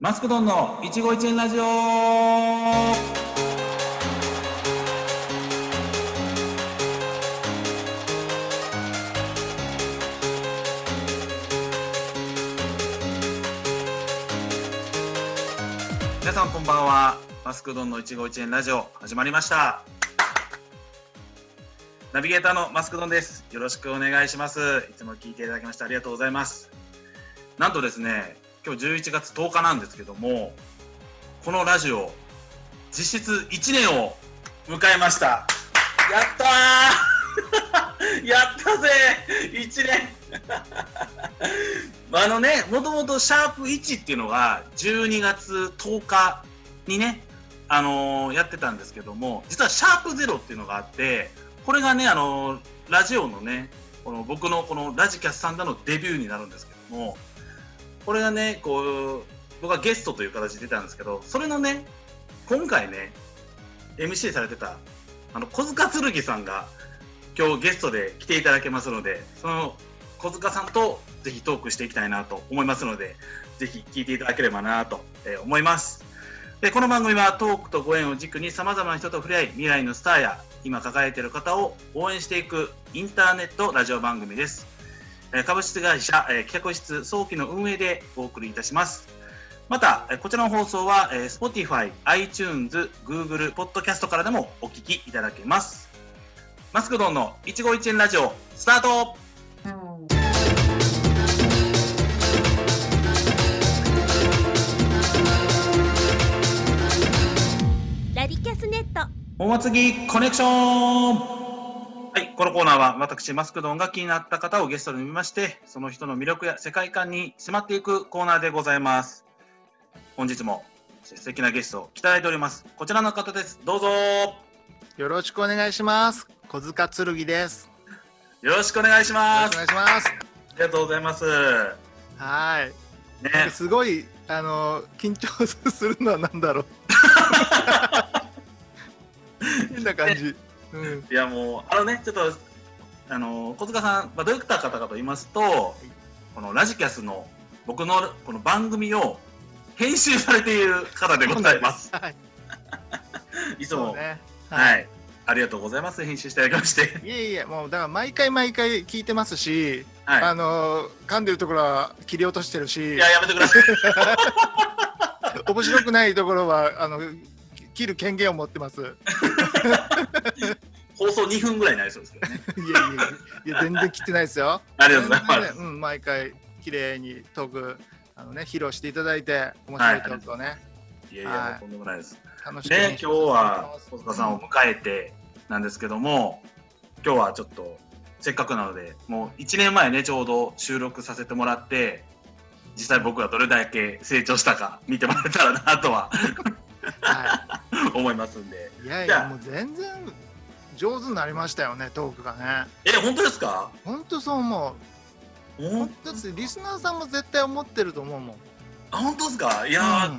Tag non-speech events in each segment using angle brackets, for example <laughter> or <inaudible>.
マスクドンの一期一会ラジオ皆さんこんばんはマスクドンの一期一会ラジオ始まりましたナビゲーターのマスクドンですよろしくお願いしますいつも聞いていただきましてありがとうございますなんとですね今日11月10日なんですけどもこのラジオ実質1年を迎えましたやったー <laughs> やったぜ1年 <laughs> あのねもともとシャープ1っていうのが12月10日にねあのーやってたんですけども実はシャープ0っていうのがあってこれがねあのーラジオのねこの僕のこのラジキャスさんでのデビューになるんですけどもこれがねこう僕はゲストという形で出たんですけどそれのね今回ね MC されてたあの小塚剣さんが今日ゲストで来ていただけますのでその小塚さんとぜひトークしていきたいなと思いますのでぜひ聞いていただければなとえー思いますでこの番組はトークとご縁を軸にさまざまな人と触れ合い未来のスターや今抱えている方を応援していくインターネットラジオ番組ですえー株式会社えー企画室早期の運営でお送りいたしますまたえーこちらの放送はえー Spotify、iTunes、Google、Podcast からでもお聞きいただけますマスクドンの一期一会ラジオスタートラディキャスネットお祭りコネクションはい、このコーナーは私、マスクドンが気になった方をゲストに呼びまして、その人の魅力や世界観に迫っていくコーナーでございます。本日も素敵なゲストを来ていただいております。こちらの方です。どうぞよよろしくお願いします。小塚剣です。ろしくお願いしよまろしす。あくお願いします。りがとうございます。はねい。、すごいあの緊張するのはなん <laughs> だろう。変な感じ。うん。いやもう、あのね、ちょっと、あの、小塚さん、まあ、どういった方かと言いますと、このラジキャスの僕のこの番組を編集されている方でございます。はい。 <laughs> いつそもう、ね。。はいい。ありがとうございます。編集していただきま <laughs> して。いえいえ、もうだから毎回毎回聞いてますし、はあの噛んでるところは切り落としてるい。しい、や、やめてください。面白くないところはあのき切る権限を持ってます。いえ放送2分ぐらいになりそうですけどね。いえ、いや全然切ってないですよ。ありがとうございまねす。うん、毎回綺麗にトークあのね披露していただいて面白いトークをね、いやいはや、いとんでもないです。楽しくね、今日は小小塚さんを迎えてなんですけども、今日はちょっとせっかくなので、もう1年前ね、ちょうど収録させてもらって、実際僕がどれだけ成長したか見てもらえたらなとはは思いますんで。い、いやいじゃあやもう全然上手になりましたよねトークがねえ、本当ですか本当そう思ほうん本当だってリスナーさんも絶対思ってると思うもんあ本当ですかいいやー、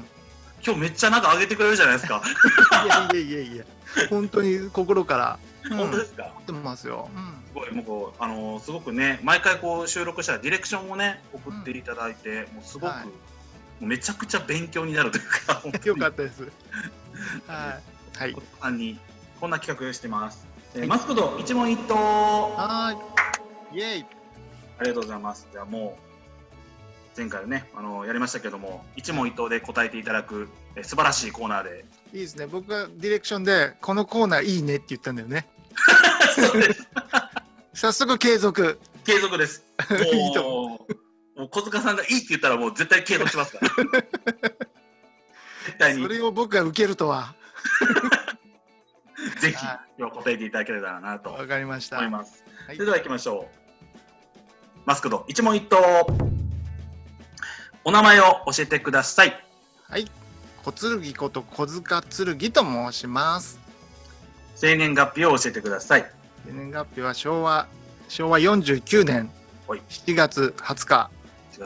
今日めっちゃなんか上げてくれるじゃないですか。うん、いやいやいやいや本当に心から、うん、本当思ですかってますよ、うんすごいもうこうあのーすごくね毎回こう収録したらディレクションをね送っていただいて、もうすごく、はいもうめちゃくちゃ勉強になるというか本当によかったですはい <laughs> はい小塚さんにこんな企画してます、えーはいマスクド一問一答あはーいイエイりがとうございますじゃあもう前回ねあのーやりましたけども一問一答で答えていただく、えー素晴らしいコーナーでいいですね僕がディレクションで「このコーナーいいね」って言ったんだ <laughs> よねそうです早速継続継続です <laughs> いいともうもう小塚さんがいいって言ったらもう絶対継続しますから <laughs> 絶対にそれを僕が受けるとはぜひは今日答えていただければなとわかりました思います。はいそれでは行きましょう。マスクド一問一答。お名前を教えてください。はい小剣こと小塚剣と申します生年月日を教えてください。生年月日は昭和昭和49年はい7月20日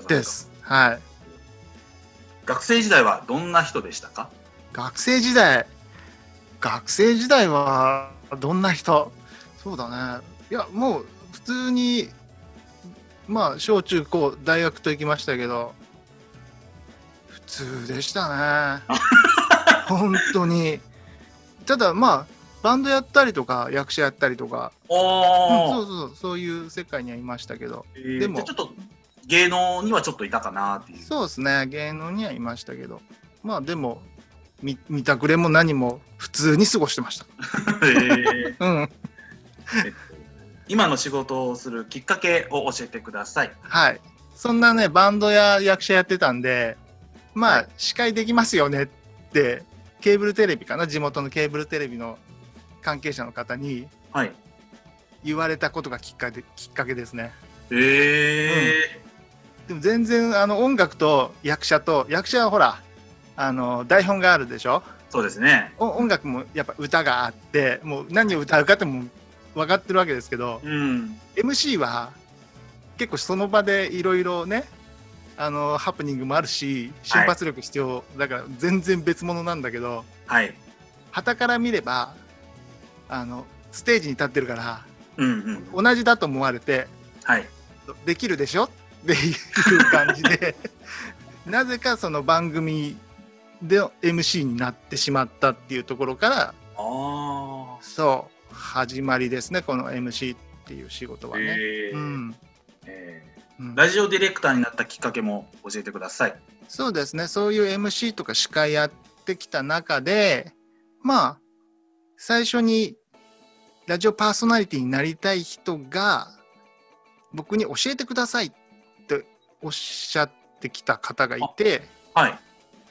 ですはい学生時代はどんな人でしたか。学生時代学生時代はどんな人そうだねいやもう普通にまあ小中高大学と行きましたけど普通でしたね本当にただまあバンドやったりとか役者やったりとか、うんおそおう、そうそういう世界にはいましたけどえーでもじゃあちょっと芸能にはちょっといたかな <laughs> っていうそうですね芸能にはいましたけどまあでも見見たくれも何も普通に過ごしてましえーたうん <laughs> 今の仕事をするきっかけを教えてくださいはいそんなねバンドや役者やってたんでまあ、はい司会できますよねってケーブルテレビかな地元のケーブルテレビの関係者の方にはい言われたことがきっかけきっかけですねえでも全然あの音楽と役者と役者はほらあの台本があるでしょーそうですねお音楽もやっぱ歌があってもう何を歌うかっても分かってるわけですけどうん MC は結構その場でいろいろねあのハプニングもあるし瞬発力必要、だから全然別物なんだけどはい傍から見ればあのステージに立ってるからうんうん同じだと思われてはいできるでしょっていう感じで <laughs> なぜかその番組で MC になってしまったっていうところからあそう始まりですねこの MC っていう仕事あ、はね。えーうんえうんーラジオディレクターになったきっかけも教えてくださいそうですねそういう MC とか司会やってきた中でまあ最初にラジオパーソナリティになりたい人が僕に教えてくださいっておっしゃってきた方がいてはい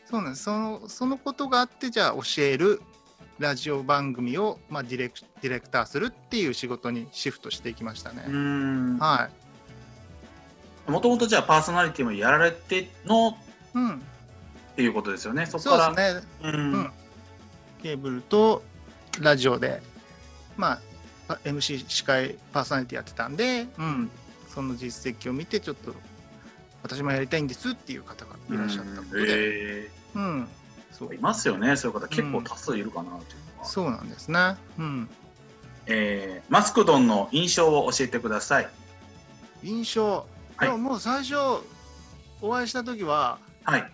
そうなんですそのそのことがあってじゃあ教えるラジオ番組を、まあ、ディレクディレクターするっていう仕事にシフトしていきましたね。うんはいもともとじゃあパーソナリティもやられてのうん、っていうことですよね。そこそかうでらすねうんうんケーブルとラジオで、まあ、パ MC 司会パーソナリティやってたんで、うん、その実績を見てちょっと私もやりたいんですっていう方がいらっしゃったことうんで、えうんそうーいますよね、そういう方、結構多数いるかなというのは、そうなんですね、うん、えーマスクドンの印象を教えてください。印象、はいでももう最初お会いした時ははい、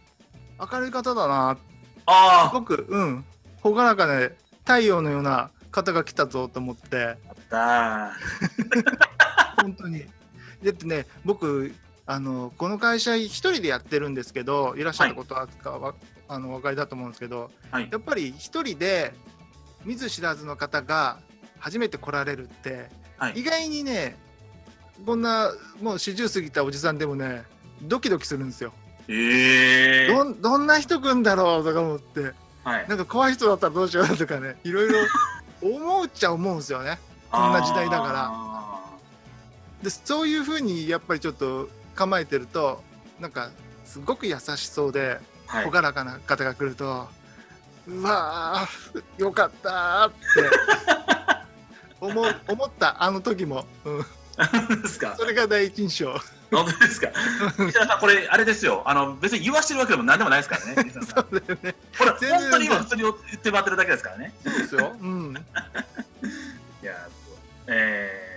明るい方だなすあごく、うん、朗らかで太陽のような方が来たぞと思って。あ、あっ本当に。だってね、僕、あのこの会社、一人でやってるんですけど、いらっしゃったことはか、わあのお分かりだと思うんですけど、た、はいや、っぱり一人で見ず知らずの方が初めて来られるって、はい意外にね、こんなもう40過ぎたおじさんでもね、ドキドキするんですよ。えどー、んどんな人来んだろうとか思って、はい、なんか怖い人だったらどうしようとかね、いろいろ思っちゃ思うんですよね。こんな時代だからあでそういうふうにやっぱりちょっと構えてるとなんかすごく優しそうでーはい朗らかな方が来ると、うわーよかったーって思う思ったあの時も、うん、本当ですかそれが第一印象本当ですか石田さん、これ、あれですよ、あの別に言わしてるわけでもなんでもないですからね、石田さん <laughs> そうだよねこれ、全然本当に今、普通に言ってもらってるだけですからね。そうですよ、 <laughs> ういん、やー、えー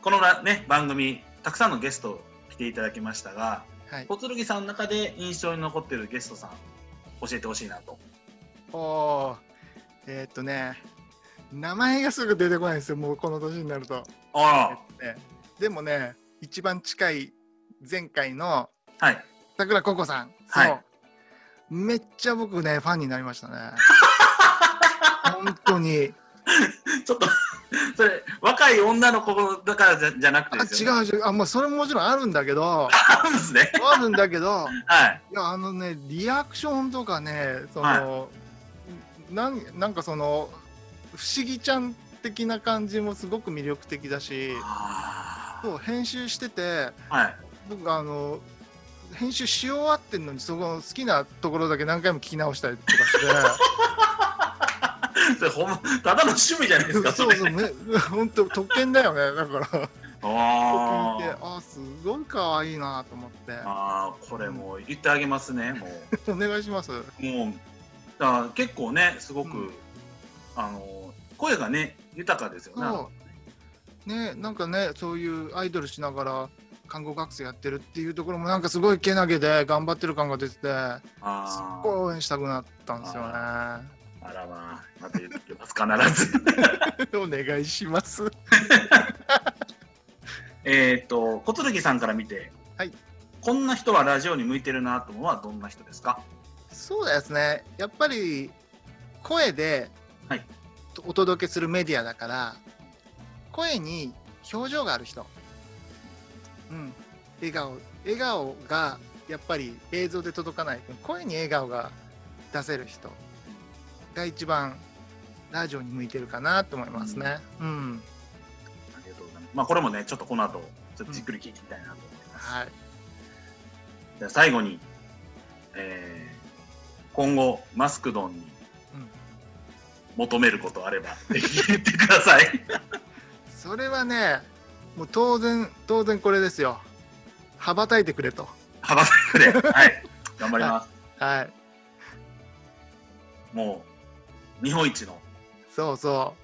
このなね番組たくさんのゲスト来ていただきましたが、はい小剣さんの中で印象に残っているゲストさん教えてほしいなと。おーえーっとね名前がすぐ出てこないんですよもうこの年になると、あねでもね一番近い前回のあ、はい。桜ココさん、はいそうめっちゃ僕ねファンになりまし <laughs> たね本当にちょっとそれ若い女の子だからじゃじゃなくあてです違よ、ね。う違うあもうそれももちろんあるんだ <laughs> けどあ違うんですね。あるんだけどはい。いやあのねリアクションとかねその、はなんなんかその不思議ちゃん的な感じもすごく魅力的だしあそう編集しててーはい。僕あの編集し終わってんのにそこの好きなところだけ何回も聞き直したりとかして。それほんまただの趣味じゃないですか。そうそう、ね、 <laughs> 本当特権だよね、だから。あ聞いて、ーあー、すごい可愛いなと思って。あー、これもう言ってあげますね。もう。お願いします。もうだから結構ねすごく、うんあの声がね豊かですよね。そう。ね、なんかね、そういうアイドルしながら。看護学生やってるっていうところもなんかすごいけなげで頑張ってる感が出ててすあっごいー応援したくなったんですよね。あらまあ、また言ってきます、必ず。 <laughs> お願いします。えっと、小剣さんから見て、はいこんな人はラジオに向いてるなと思うのはどんな人ですかそうですね。やっぱり声ではいお届けするメディアだから、声に表情がある人。うん。笑顔、笑顔がやっぱり映像で届かない分、声に笑顔が出せる人が一番ラジオに向いてるかなと思いますね。うん。ありがとうございます。まあ、これもね、ちょっとこの後、ちょっとじっくり聞いてみたいなと思います。はい。じゃあ最後に、えー今後、マスクドンにうん求めることあれば、ぜひ言ってくださ <laughs> い。それはね、もう当然、当然これですよ。羽ばたいてくれと。幅さくれ。はい。頑張ります。はい。もう、日本一の。そうそ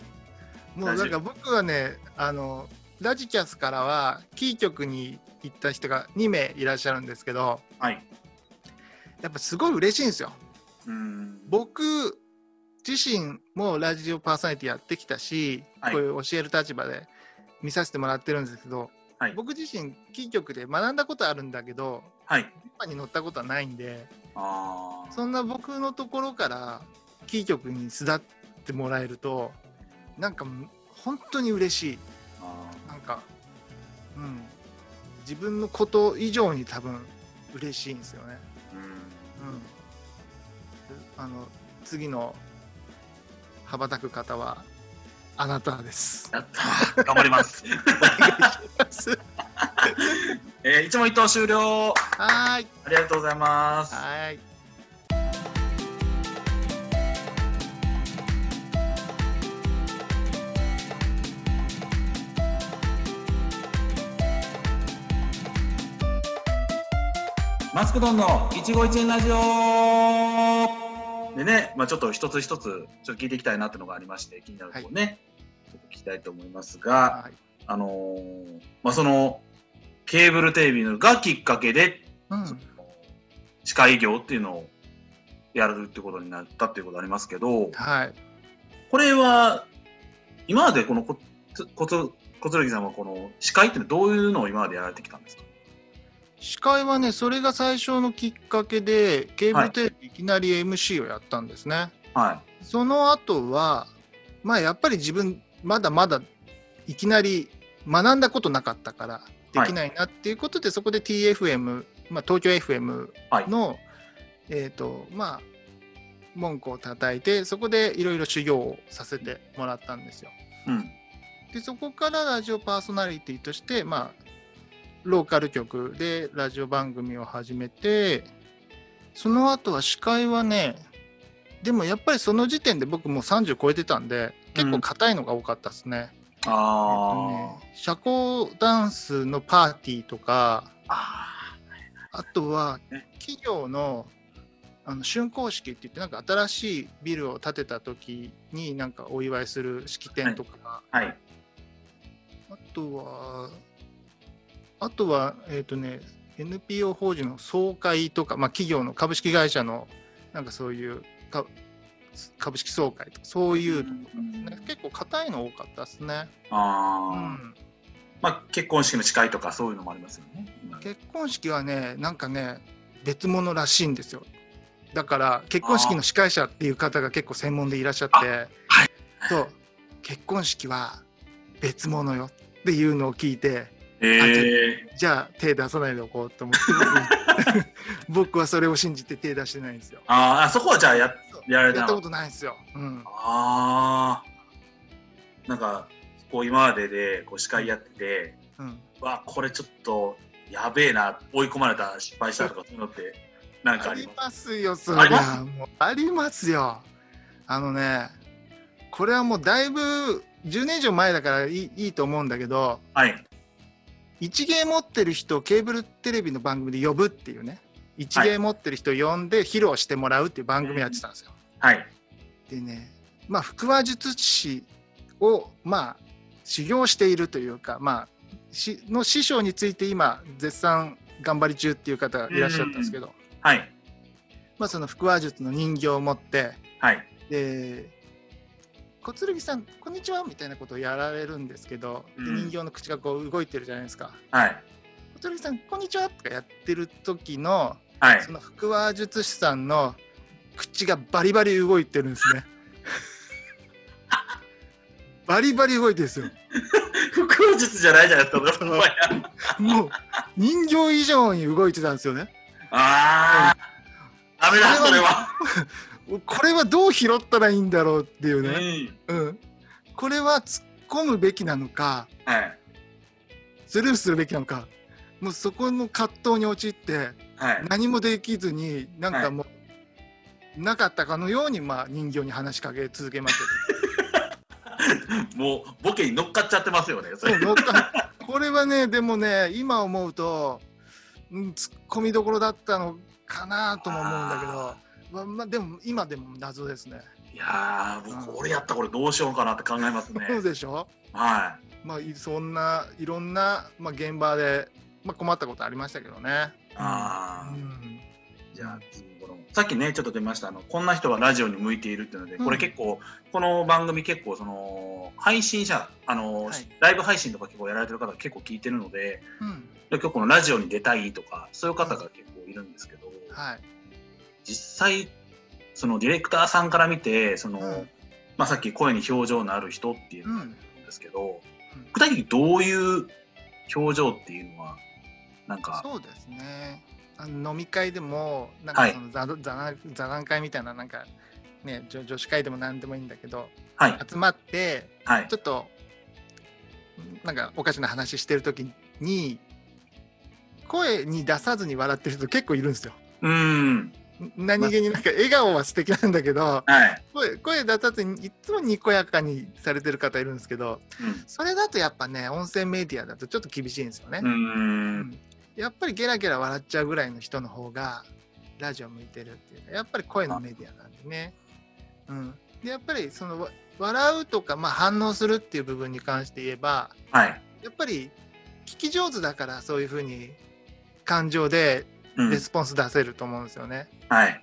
う。もうなんか僕はね、あの、ラジキャスからは、キー局に行った人が2名いらっしゃるんですけど、はい。やっぱすごい嬉しいんですよ。うーん。僕自身もラジオパーソナリティやってきたし、はいこういう教える立場で見させてもらってるんですけど、はい僕自身、キー局で学んだことあるんだけど、はい。今に乗ったことはないんで、ああ。そんな僕のところからキー局に巣立ってもらえると、なんか本当に嬉しい。あなんか、うん、自分のこと以上に多分嬉しいんですよね。ーうん。うん、あの次の羽ばたく方はあなたです。やったー頑張り <laughs> ます。えー、一問一答終了。はーい、ありがとうございます。はーい、マスクドンの一期一会ラジオでね、まあ、ちょっと一つ一つちょっと聞いていきたいなっていうのがありまして気になるとこね、ちょっと聞きたいと思いますが、はい、あのーまあ、そのケーブルテレビのがきっかけで、うん、歯科医業っていうのをやるってことになったっていうことありますけどはい、これは今までこのこつこつ小剣さんはこの歯科医っていうのはどういうのを今までやられてきたんですか司会はね、それが最初のきっかけでケーブルテレビいきなり MC をやったんですね。はその後は、まあやっぱり自分、まだまだいきなり学んだことなかったから、できないなっていうことで、そこで TFM、まあ、東京 FM はいの、えっ、と、まあ、文句を叩いて、そこでいろいろ修行をさせてもらったんですよ。い、うんで、そこからラジオパーソナリティとして、まあ、ローカル局でラジオ番組を始めて、その後は司会はね、でもやっぱりその時点で僕もう30超えてたんで、結構硬いのが多かったですね。えっとあね社交ダンスのパーティーとか、ーあーあとはね企業のあの竣工式って言ってなんか新しいビルを建てた時になんかお祝いする式典とかがはいあとは、あとは、えっ、とね、NPO 法人の総会とか、まあ、企業の株式会社の、なんかそういうか株式総会とか、そういうのとかですね、結構硬いの多かったですね。うあん、あ、まあ結婚式の司会とかそういうのもありますよね。今結婚式はね、なんかね、別物らしいんですよ。だから、結婚式の司会者っていう方が結構専門でいらっしゃって、はいそう結婚式は別物よっていうのを聞いて、えじゃあ手出さないでおこうと思って僕はそれを信じて手出してないんですよ。ー、あーあそこはじゃあやそうやられやったたのことないんですよ。うん、ああなんかこう今まででこう司会やっててうん、わこれちょっとやべえな追い込まれた失敗したとかそういうのってなんかあありりますますよそありりまゃもうありますよ。あのねこれはもうだいぶ10年以上前だからいいいいと思うんだけどはい一芸持ってる人をケーブルテレビの番組で呼ぶっていうね一芸持ってる人を呼んで披露してもらうっていう番組やってたんですよ。はいでねまあ腹話術師をまあ修行しているというかまあしの師匠について今絶賛頑張り中っていう方いらっしゃったんですけど、はい。まあ、その腹話術の人形を持ってはい。で「小剣さんこんにちは」みたいなことをやられるんですけど、でうん人形の口がこう動いてるじゃないですかはい。 「小剣さんこんにちは」とかやってる時のはい。 <laughs> その腹話術師さんの口がバリバリ動いてるんですね。バリバリ動いてるんですよ。腹話術じゃないじゃないですか、その場合はもう人形以上に動いてたんですよね。 <laughs> ああ、ダメだ、それは。これはどう拾ったらいいんだろうっていううね。ん。うん、これは突っ込むべきなのか、はい。スルーするべきなのか、もうそこの葛藤に陥ってはい。何もできずになんかもう、なかったかのようにまあ人形に話しかけ続けましたけど。もう、ボケに乗っかっちゃってますよね、そそれ。う乗っかこれはねでもね今思うと、うん、ツッコミどころだったのかなとも思うんだけあどままあでも今でも謎ですね。いやー、僕、俺やったらこれどうしようかなって考えますね。そうでしょ、はまあ、いそんないろんな、まあ、現場で、まあ、困ったことありましたけどね。い。あうあ、んじゃあ、さっきね、ちょっと出ました、あの、こんな人はラジオに向いているっていうので、これ結構、この番組結構、その、配信者、あの、はいライブ配信とか結構やられてる方結構聞いてるので、うん結構このラジオに出たいとか、そういう方が結構いるんですけど、はい実際そのディレクターさんから見てその、うんまあ、さっき声に表情のある人っていううのがんあるんですけど、うん具体的にどういう表情っていうのはなんかそうですねあの飲み会でもなんかはいその座,、座談座談会みたいななんか、ね、女女子会でも何でもいいんだけどはい集まってはいちょっとなんかおかしな話してる時に声に出さずに笑ってる人結構いるんですよ。うーんん何気になんか笑顔は素敵なんだけどはい、声声出さずにいつもにこやかにされてる方いるんですけどうんそれだとやっぱね音声メディアだとちょっと厳しいんですよねう。ーんやっぱりゲラゲラ笑っちゃうぐらいの人の方がラジオ向いてるっていうかやっぱり声のメディアなんでね。うん、でやっぱりそのわ笑うとか、まあ、反応するっていう部分に関して言えばはい、やっぱり聞き上手だからそういうふうに感情でうんレスポンス出せると思うんですよね。はい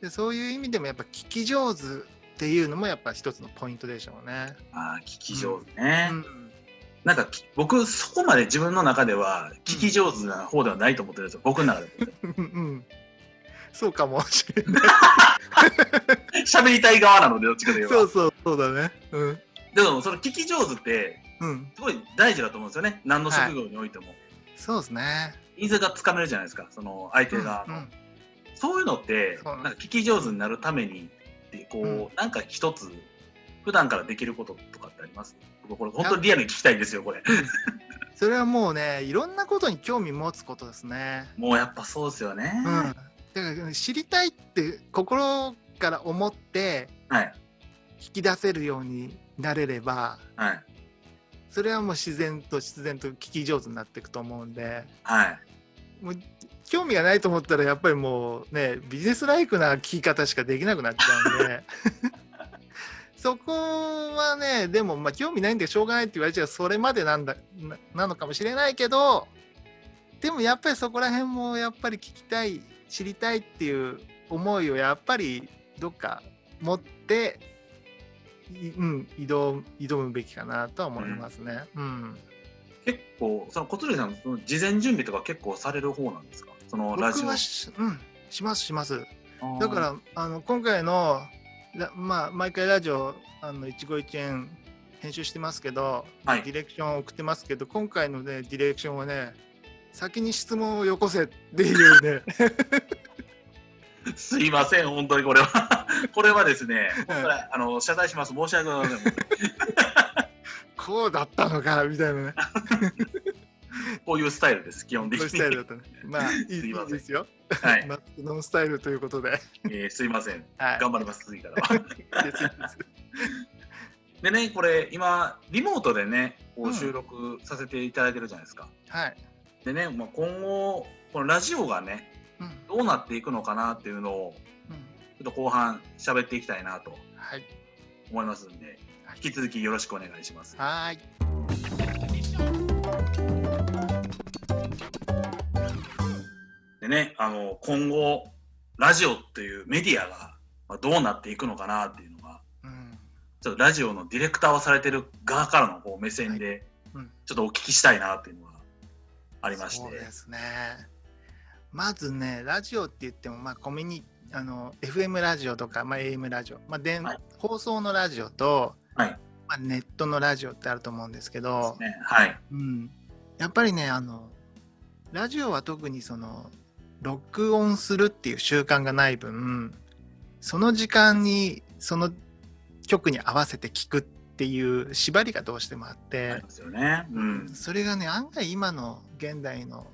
でそういう意味でもやっぱ聞き上手っていうのもやっぱ一つのポイントでしょうね。あー聞き上手ね、うん、なんかき僕そこまで自分の中では聞き上手な方ではないと思ってるんですよ僕の中でうん、 <laughs> そうかもしれない。喋りたい側なのでどっちかというそうとそうそうだね。うん、でもその聞き上手ってうん、すごい大事だと思うんですよね何の職業においても、そうですね。印象がつかめるじゃないですかその相手が、うんうんそういうのってそうななんんでかす聞き上手になるためにってこう、うなんか一つ普段からできることとかってあります僕これ本当にリアルに聞きたいんですよこれそれはもうねいろんなことに興味持つことですね。もうやっぱそうですよね、うん、だから知りたいって心から思ってはい引き出せるようになれればはいそれはもう自然と自然と聞き上手になっていくと思うんではいもう興味がないと思ったらやっぱりもうねビジネスライクな聞き方しかできなくなっちゃうんでそこはねでもまあ興味ないんでしょうがないって言われちゃうそれまでなんだななのかもしれないけどでもやっぱりそこら辺もやっぱり聞きたい知りたいっていう思いをやっぱりどっか持って。いうん、移動挑むべきかなとは思いますね。うん、結構その小鳥さんその事前準備とか結構される方なんですかそのラジ僕オはし、うん、しますします。あーだからあの今回のラまあ毎回ラジオあの一期一会編集してますけど、はいディレクションを送ってますけど今回のねディレクションはね先に質問をよこせっていう <laughs> ねすいません本当にこれは <laughs> これはですねうん本当にあの謝罪します申し訳ございませんこうだったのかみたいなねこういうスタイルです基本的そういうにスタイルだったね <laughs> まあいいすいませんいいですよ、はい、マスクノンスタイルということで、はい、えーすいません頑張ります次からは <laughs> ですいませんでね、これ今、リモートでね、こうんう収録させていただいてるじゃないですか。はい、でね、まあ、今後、このラジオがね、うんどうなっていくのかなっていうのを、うんちょっと後半、喋っていきたいなとはい思いますんではい、引き続きよろしくお願いします。はーいでね、あの、今後、ラジオっていうメディアがまあどうなっていくのかなっていうのが、うんちょっとラジオのディレクターをされてる側からのこう目線で、はいうんちょっとお聞きしたいなっていうのがありましてそう。ですねまずねラジオって言ってもまあコミュニあの FM ラジオとか、まあ、AM ラジオ、まあ電はい放送のラジオと、はいまあ、ネットのラジオってあると思うんですけどね、はい。うん、やっぱりねあのラジオは特にその録音するっていう習慣がない分その時間にその曲に合わせて聴くっていう縛りがどうしてもあって、ありますよね。うん。それがね案外今の現代の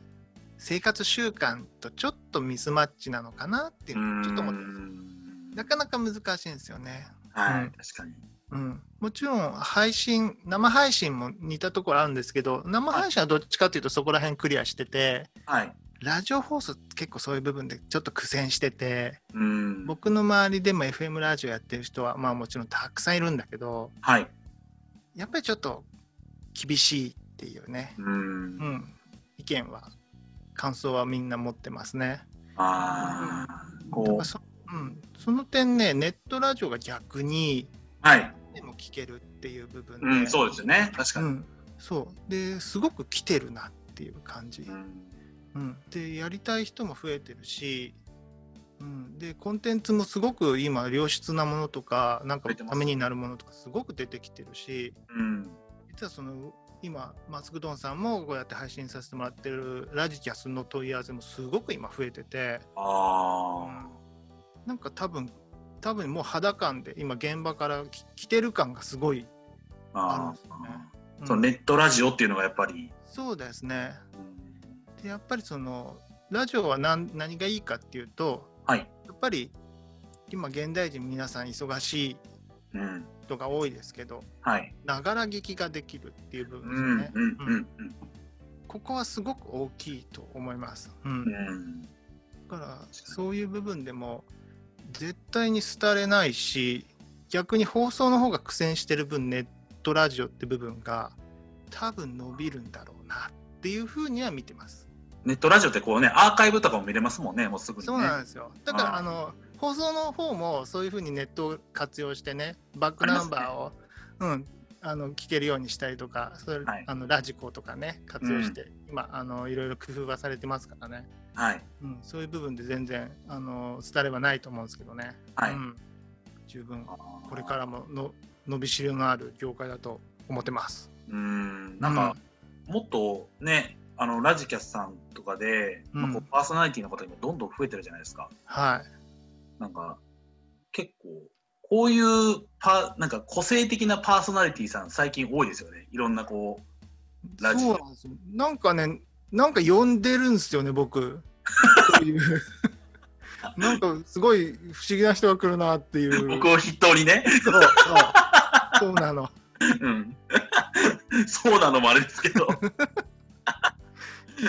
生活習慣とちょっとミスマッチなのかなっていうのをちょっと思ってますうんなかなか難しいんですよね。はうんい、確かに。うん、もちろん配信生配信も似たところあるんですけど生配信はどっちかというとそこら辺クリアしててはい。ラジオ放送結構そういう部分でちょっと苦戦しててうん。僕の周りでも FM ラジオやってる人はまあもちろんたくさんいるんだけどはい。やっぱりちょっと厳しいっていうね、う。うんん、意見は感想はみんな持ってますね。ああ、だかこらそ,、うん、その点ねネットラジオが逆にう。はい。でも聞けるっていう部分で、うん、そうですよね。確かうに。ん、そうですごく来てるなっていう感じ、うんうん、でやりたい人も増えてるし、うん、でコンテンツもすごく今良質なものとかなんか出てますためになるものとかすごく出てきてるしうん。実はその今マスクドンさんもこうやって配信させてもらってるラジキャスの問い合わせもすごく今増えてて、うあんなんか多分多分もう肌感で今現場からき来てる感がすごい、あ。あるんあですよねあ。うんそのネットラジオっていうのがやっぱり。そうですねうんでやっぱりそのラジオは何何がいいかっていうとはい。やっぱり今現代人皆さん忙しいうん。人が多いですけどはい。ながら聞きができるっていう部う分んですよね、うんうんうんここはすごく大きいと思います、うん、うだん。からそういう部分でも絶対に廃れないし逆に放送の方が苦戦してる分ネットラジオって部分が多分伸びるんだろうなっていうふうには見てますネットラジオってこうね、アーカイブとかも見れますもんね、もうすぐにね。そうなんですよ。だからあーあの放送の方もそういうふうにネットを活用してね、バックナンバーを、うんあの聞けるようにしたりとか、それはいあのラジコとかね活用して、今あのいろいろ工夫がされてますからね。はい。うんそういう部分で全然あの伝れはないと思うんですけどね。はいうん十分これら。からもの伸びしろのある業界だと思ってます。うん。なんか、もっとね、あのラジキャスさんとかで、うんまあこうパーソナリティの方今どんどん増えてるじゃないですか。はい。なんか、結構、こういうパー、なんか個性的なパーソナリティさん最近多いですよね。いろんなこラジオ、そうなんですよなんかねなんか呼んでるんですよね僕そういう <laughs> なんかすごい不思議な人が来るなっていうう僕を筆頭にね、そうそうそうなの <laughs> うん。そうなのもあれですけど。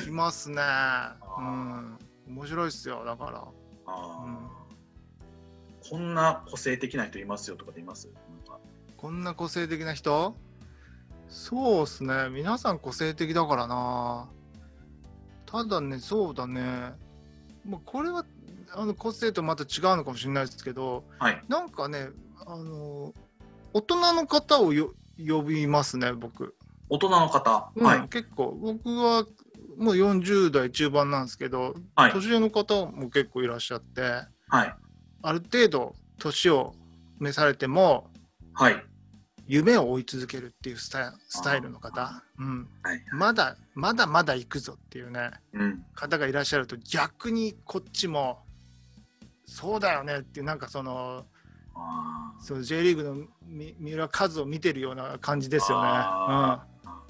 来ますねうん面白いっすよだから <laughs> あーうんこんな個性的な人いますよとかでいますなんかこんな個性的な人そうっすね皆さん個性的だからなただねそうだねまあこれはあの個性とまた違うのかもしれないですけどはい。なんかね、あの大人の方をよ呼びますね、僕。大人の方。うんはい。結構、僕はもう40代中盤なんですけど、はい年上の方も結構いらっしゃって、はい。ある程度、年を召されても、はい。夢を追い続けるっていうスタイスタイルの方、うんはいまだまだまだ行くぞっていうね、うん。方がいらっしゃると、逆にこっちも、そうだよねっていう、なんかその、あそう J リーグのみ三浦和を見てるような感じですよね。うんあ、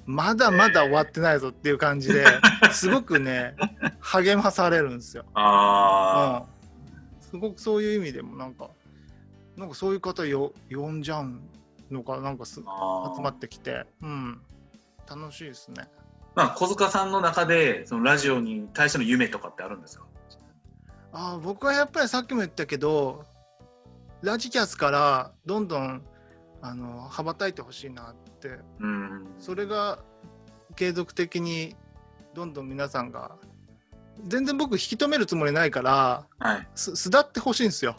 まだまだ終わってないぞっていう感じですごくね励まされるんですよ。ーあうん、すごくそういう意味でもなんかなんかそういう方よ呼んじゃうのかなんかすー。あー集まってきて、うん、楽しいですね。まあ、小塚さんの中でそのラジオに対しての夢とかってあるんですかあー僕はやっぱりさっきも言ったけどラジキャスからどんどんあの羽ばたいてほしいなってうんそれが継続的にどんどん皆さんが全然僕引き止めるつもりないからはい。す巣立ってほしいんですよ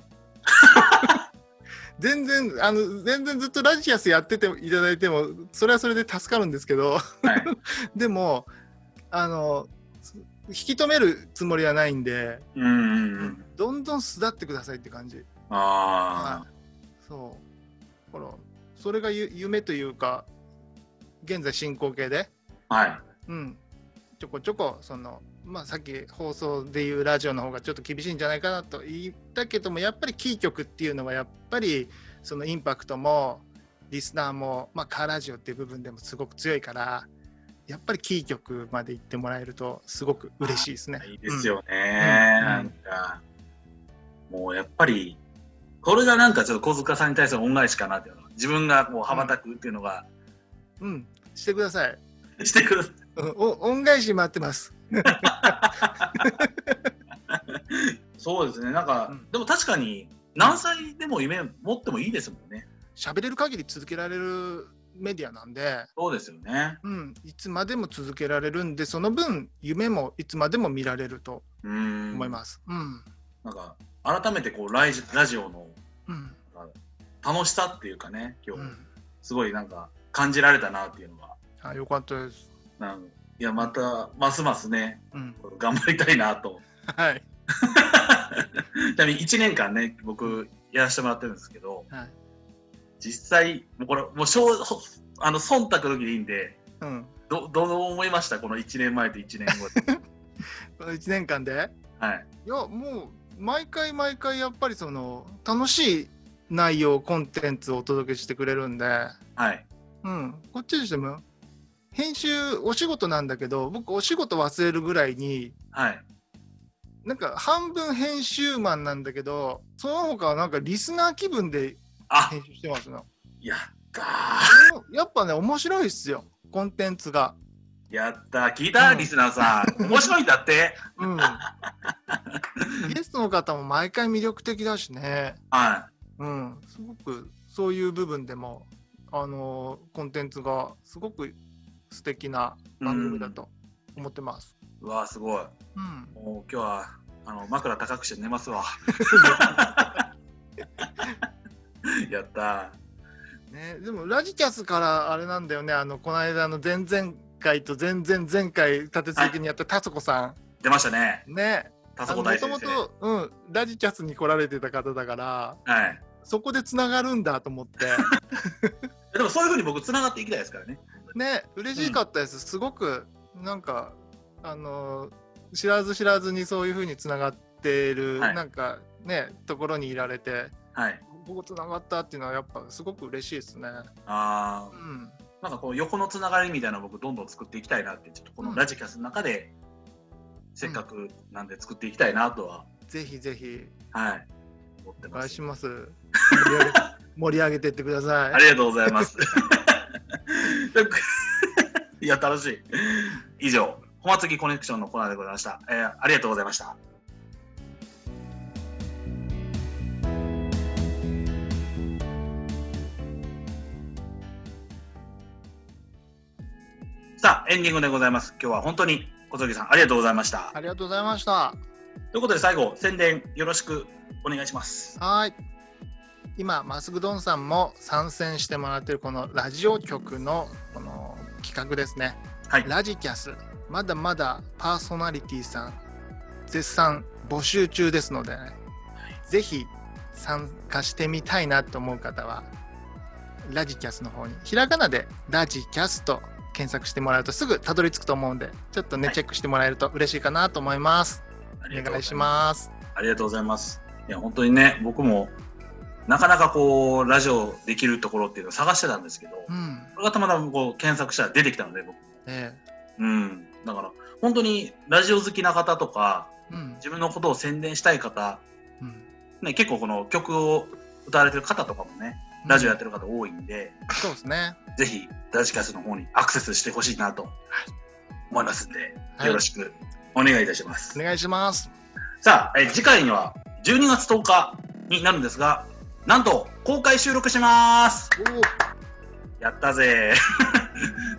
全然あの全然ずっとラジアスやってていただいてもそれはそれで助かるんですけどは <laughs> い。でもあのす引き止めるつもりはないんで、うんうんうん。どんどん巣立ってくださいって感じあそうほらそれがゆ夢というか現在進行形であ。はい。うん、ちょこちょこその、まあ、さっき放送でいうラジオの方がちょっと厳しいんじゃないかなと言ったけどもやっぱりキー局っていうのはやっぱりそのインパクトもリスナーも、まあ、カーラジオっていう部分でもすごく強いからやっぱりキー局まで行ってもらえるとすごく嬉しいですね。いいですよね、うんなんか、もうやっぱり、これがなんかちょっと小塚さんに対する恩返しかなっていうのは、自分がこう羽ばたくっていうのが、うん、うんしてください。してくる。うんお恩返し待ってます。そうですね、なんか、うんでも確かに、何歳でも夢持ってもいいですもんね。喋れる限り続けられるメディアなんで、そうですよね。うん、いつまでも続けられるんでその分夢もいつまでも見られるとうん。思います。うん。なんか、改めてこうラジラジオのうん。楽しさっていうかね、今う日、ん。すごいなんか感じられたなっていうのは、あ、よかったです。なんいや、また、ますますね、うん。頑張りたいなと。<laughs> <laughs> はい。ちなみに1年間ね、僕、やらせてもらってるんですけど、はい。実際、もうこれ、もう、しょうほあの、忖度の時でいいんで、うん。ど、どう思いましたこの1年前と1年後 <laughs> で。この一年間で。はい。いや、もう毎回毎回やっぱりその楽しい内容コンテンツをお届けしてくれるんで。はい。うん。こっちにしても。編集お仕事なんだけど僕お仕事忘れるぐらいにはい。なんか半分編集マンなんだけどその他はなんかリスナー気分であ、編集してますのやったー。やっぱね面白いっすよコンテンツがやったー。聞いた、うんリスナーさん。面白いんだって。うん、ゲストの方も毎回魅力的だしね、はうん、すごくそういう部分でも、あのーコンテンツがすごく素敵な番組だと思ってます。い。うわー、すごい。うん、もう、今日は、あの、枕高くして寝ますわ。 <laughs> やったね、でもラジキャスからあれなんだよねあのこの間の前々回と前々前回立て続けにやったタソコさー。出ましたね。んね田あの底も大と先も生。と、うん、ラジキャスに来られてた方だからはい。そこでつながるんだと思って。でもそういうふうに僕、つながっていきたいですからね。ね嬉しかったです、すごくなんかあのー知らず知らずにそういうふうにつながってる、はいなんかねところにいられてはい。ここつながったっていうのはやっぱすごく嬉しいですね。あうあ、ん、なんかこう横のつながりみたいなのを僕どんどん作っていきたいなって、ちょっとこうのんラジキャスの中で、せっかくなんで作っていきたいなとは、ぜひぜひはい、思っておま願いすし。 <laughs> ます。盛り上げて盛り上げてってください。ありがとうございます。 <laughs> いや、楽しい。以上、小松木コネクションのコーナーでございました。えーありがとうございました。さあ、エンディングでございます。今日は本当に小杉さん、ありがとうございました。ありがとうございました。ということで、最後、宣伝よろしくお願いします。はい。今マスグドンさんも参戦してもらってるこのラジオ局のこの企画ですね。はいラジキャスまだまだパーソナリティさん絶賛募集中ですので、ぜひ参加してみたいなと思う方はラジキャスの方にひらがなでラジキャスと検索してもらうとすぐたどり着くと思うんでちょっとね、はいチェックしてもらえると嬉しいかなと思います。ありおがとうご願ざいしますます。ありがとうございます。いや、本当にね、僕も、なかなかこう、ラジオできるところっていうのを探してたんですけど、こうん。れがたまたまこう、検索したら出てきたので、僕。えうん。だから、本当にラジオ好きな方とか、えうん。自分のことを宣伝したい方、うんね、結構この曲を歌われてる方とかもね、ラジオやってる方多いんで、そうですね。ぜひ、ラジカスの方にアクセスしてほしいなと思いますんで、はいよろしくお願いいたします。お願いします。さあ、えー次回には12月10日になるんですが、なんと公開収録します <laughs> やったぜ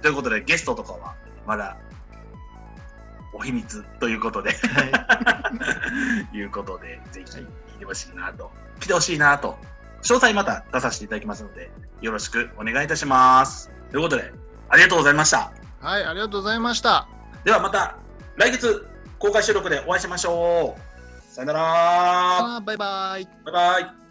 ということでゲストとかはまだお秘密ということで、 <laughs> はい。いうことで、ぜひ見てほしいなと、来てほしいなと、詳細また出させていただきますので、よろしくお願いいたします。ということで、ありがとうございました。はい、ありがとうございました。ではまた来月公開収録でお会いしましょう。さよなら。あーバイバイ。バイバイ。